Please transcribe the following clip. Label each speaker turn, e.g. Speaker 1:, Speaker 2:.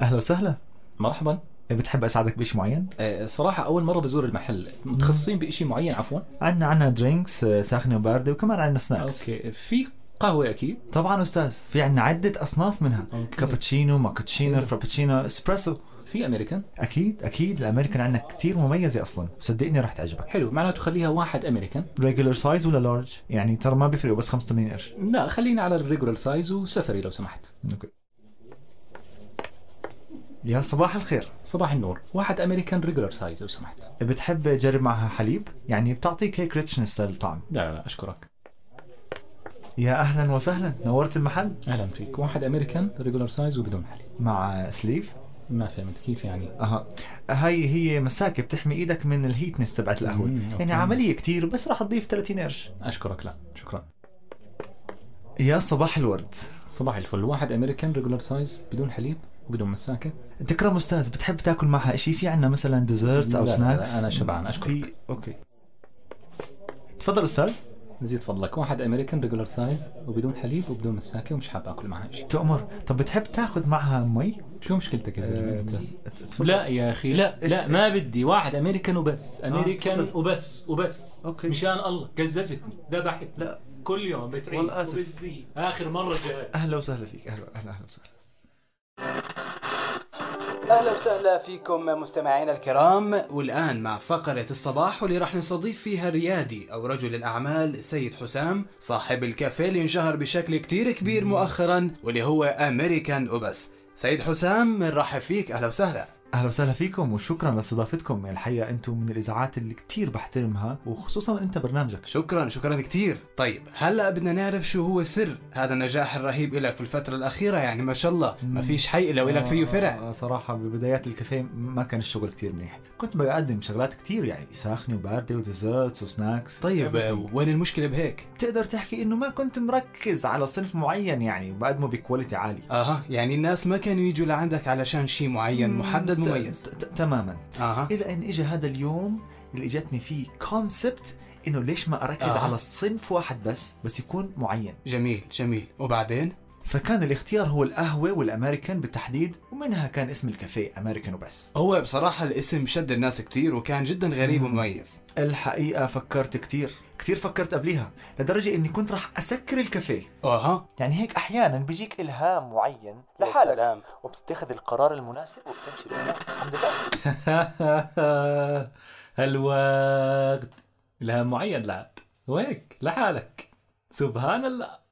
Speaker 1: اهلا وسهلا
Speaker 2: مرحبا
Speaker 1: بتحب اساعدك بشيء معين؟
Speaker 2: آه، صراحة أول مرة بزور المحل متخصصين بشيء معين عفوا
Speaker 1: عندنا عندنا درينكس آه، ساخنه وبارده وكمان عندنا سناكس
Speaker 2: أوكي آه، في قهوة أكيد
Speaker 1: طبعا استاذ في عندنا عده اصناف منها
Speaker 2: أوكي.
Speaker 1: كابتشينو ماكوتشينو فرابتشينو اسبريسو
Speaker 2: في أمريكان
Speaker 1: اكيد اكيد الامريكان عندنا كثير مميزه اصلا صدقني راح تعجبك
Speaker 2: حلو معناته خليها واحد أمريكان
Speaker 1: ريجولر سايز ولا لارج يعني ترى ما بيفرقوا بس 85 قرش
Speaker 2: لا خلينا على الريجولار سايز وسفري لو سمحت
Speaker 1: أوكي. يا صباح الخير
Speaker 2: صباح النور واحد أمريكان ريجولار سايز لو سمحت
Speaker 1: بتحب تجرب معها حليب يعني بتعطيك هيك ريتشنس للطعم
Speaker 2: لا لا لا أشكرك
Speaker 1: يا اهلا وسهلا نورت المحل
Speaker 2: أهلا فيك واحد أمريكان ريجولار سايز وبدون حليب
Speaker 1: مع سليف
Speaker 2: ما فهمت كيف يعني
Speaker 1: اها هاي هي مساكه بتحمي ايدك من الهيتنس تبعت القهوه
Speaker 2: مم، أوكي.
Speaker 1: يعني عمليه كتير بس راح تضيف 30 قرش
Speaker 2: أشكرك لا شكرا
Speaker 1: يا صباح الورد
Speaker 2: صباح الفل واحد أمريكان ريجولار سايز بدون حليب وبدون مساكة
Speaker 1: تكرم استاذ بتحب تاكل معها شيء في عندنا مثلا ديزرت او
Speaker 2: لا، لا،
Speaker 1: سناكس
Speaker 2: أنا شبعان، أشكرك.
Speaker 1: في اوكي تفضل استاذ
Speaker 2: نزيد فضلك واحد أمريكان ريجولار سايز وبدون حليب وبدون مساكة ومش حاب أكل معها شيء
Speaker 1: تؤمر طب بتحب تاخذ معها مي
Speaker 2: شو مشكلتك يا زلمه أنت؟
Speaker 1: تفضل.
Speaker 2: لا يا اخي لا
Speaker 1: إيش- آه،
Speaker 2: لا ما بدي واحد امريكان وبس امريكان
Speaker 1: تفضل.
Speaker 2: وبس وبس
Speaker 1: أوكي.
Speaker 2: مشان الله قززتني ذبحتني
Speaker 1: لا.
Speaker 2: كل يوم بتعيد
Speaker 1: والله آسف.
Speaker 2: وبتزيد اخر مره جاي
Speaker 1: اهلا وسهلا فيك اهلا اهلا اهلا وسهلا
Speaker 3: اهلا وسهلا فيكم مستمعينا الكرام والان مع فقره الصباح واللي راح نستضيف فيها الريادي او رجل الاعمال سيد حسام صاحب الكافيه اللي انشهر بشكل كتير كبير مؤخرا واللي هو امريكان اوبس سيد حسام نرحب فيك اهلا وسهلا
Speaker 1: اهلا وسهلا فيكم وشكرا لاستضافتكم الحقيقه انتم من الاذاعات اللي كتير بحترمها وخصوصا انت برنامجك
Speaker 3: شكرا شكرا كتير طيب هلا بدنا نعرف شو هو سر هذا النجاح الرهيب إلك في الفتره الاخيره يعني ما شاء الله ما فيش حي الا وإلك فيه فرع
Speaker 1: آه، صراحة ببدايات الكافيه ما كان الشغل كتير منيح كنت بقدم شغلات كتير يعني ساخنة وباردة وديزرتس وسناكس
Speaker 3: طيب آه، وين المشكله بهيك
Speaker 1: بتقدر تحكي انه ما كنت مركز على صنف معين يعني وبقدمه بكواليتي عالي
Speaker 3: اها يعني الناس ما كانوا يجوا لعندك علشان شيء معين محدد مميز
Speaker 1: ت- ت- تماما
Speaker 3: اها
Speaker 1: الى ان اجى هذا اليوم اللي اجتني فيه كونسبت انه ليش ما اركز
Speaker 3: آه.
Speaker 1: على صنف واحد بس بس يكون معين
Speaker 3: جميل جميل وبعدين
Speaker 1: فكان الاختيار هو القهوة والامريكان بالتحديد ومنها كان اسم الكافيه امريكان وبس
Speaker 3: هو بصراحة الاسم شد الناس كتير وكان جدا غريب ومميز
Speaker 1: الحقيقة فكرت كتير كتير فكرت قبليها لدرجة اني كنت رح اسكر الكافيه
Speaker 3: اها
Speaker 1: يعني هيك احيانا بيجيك الهام معين
Speaker 3: يا
Speaker 1: لحالك
Speaker 3: سلام.
Speaker 1: وبتتخذ القرار المناسب وبتمشي لقدام. الحمد لله
Speaker 2: الوقت لها معين لا ويك لحالك سبحان الله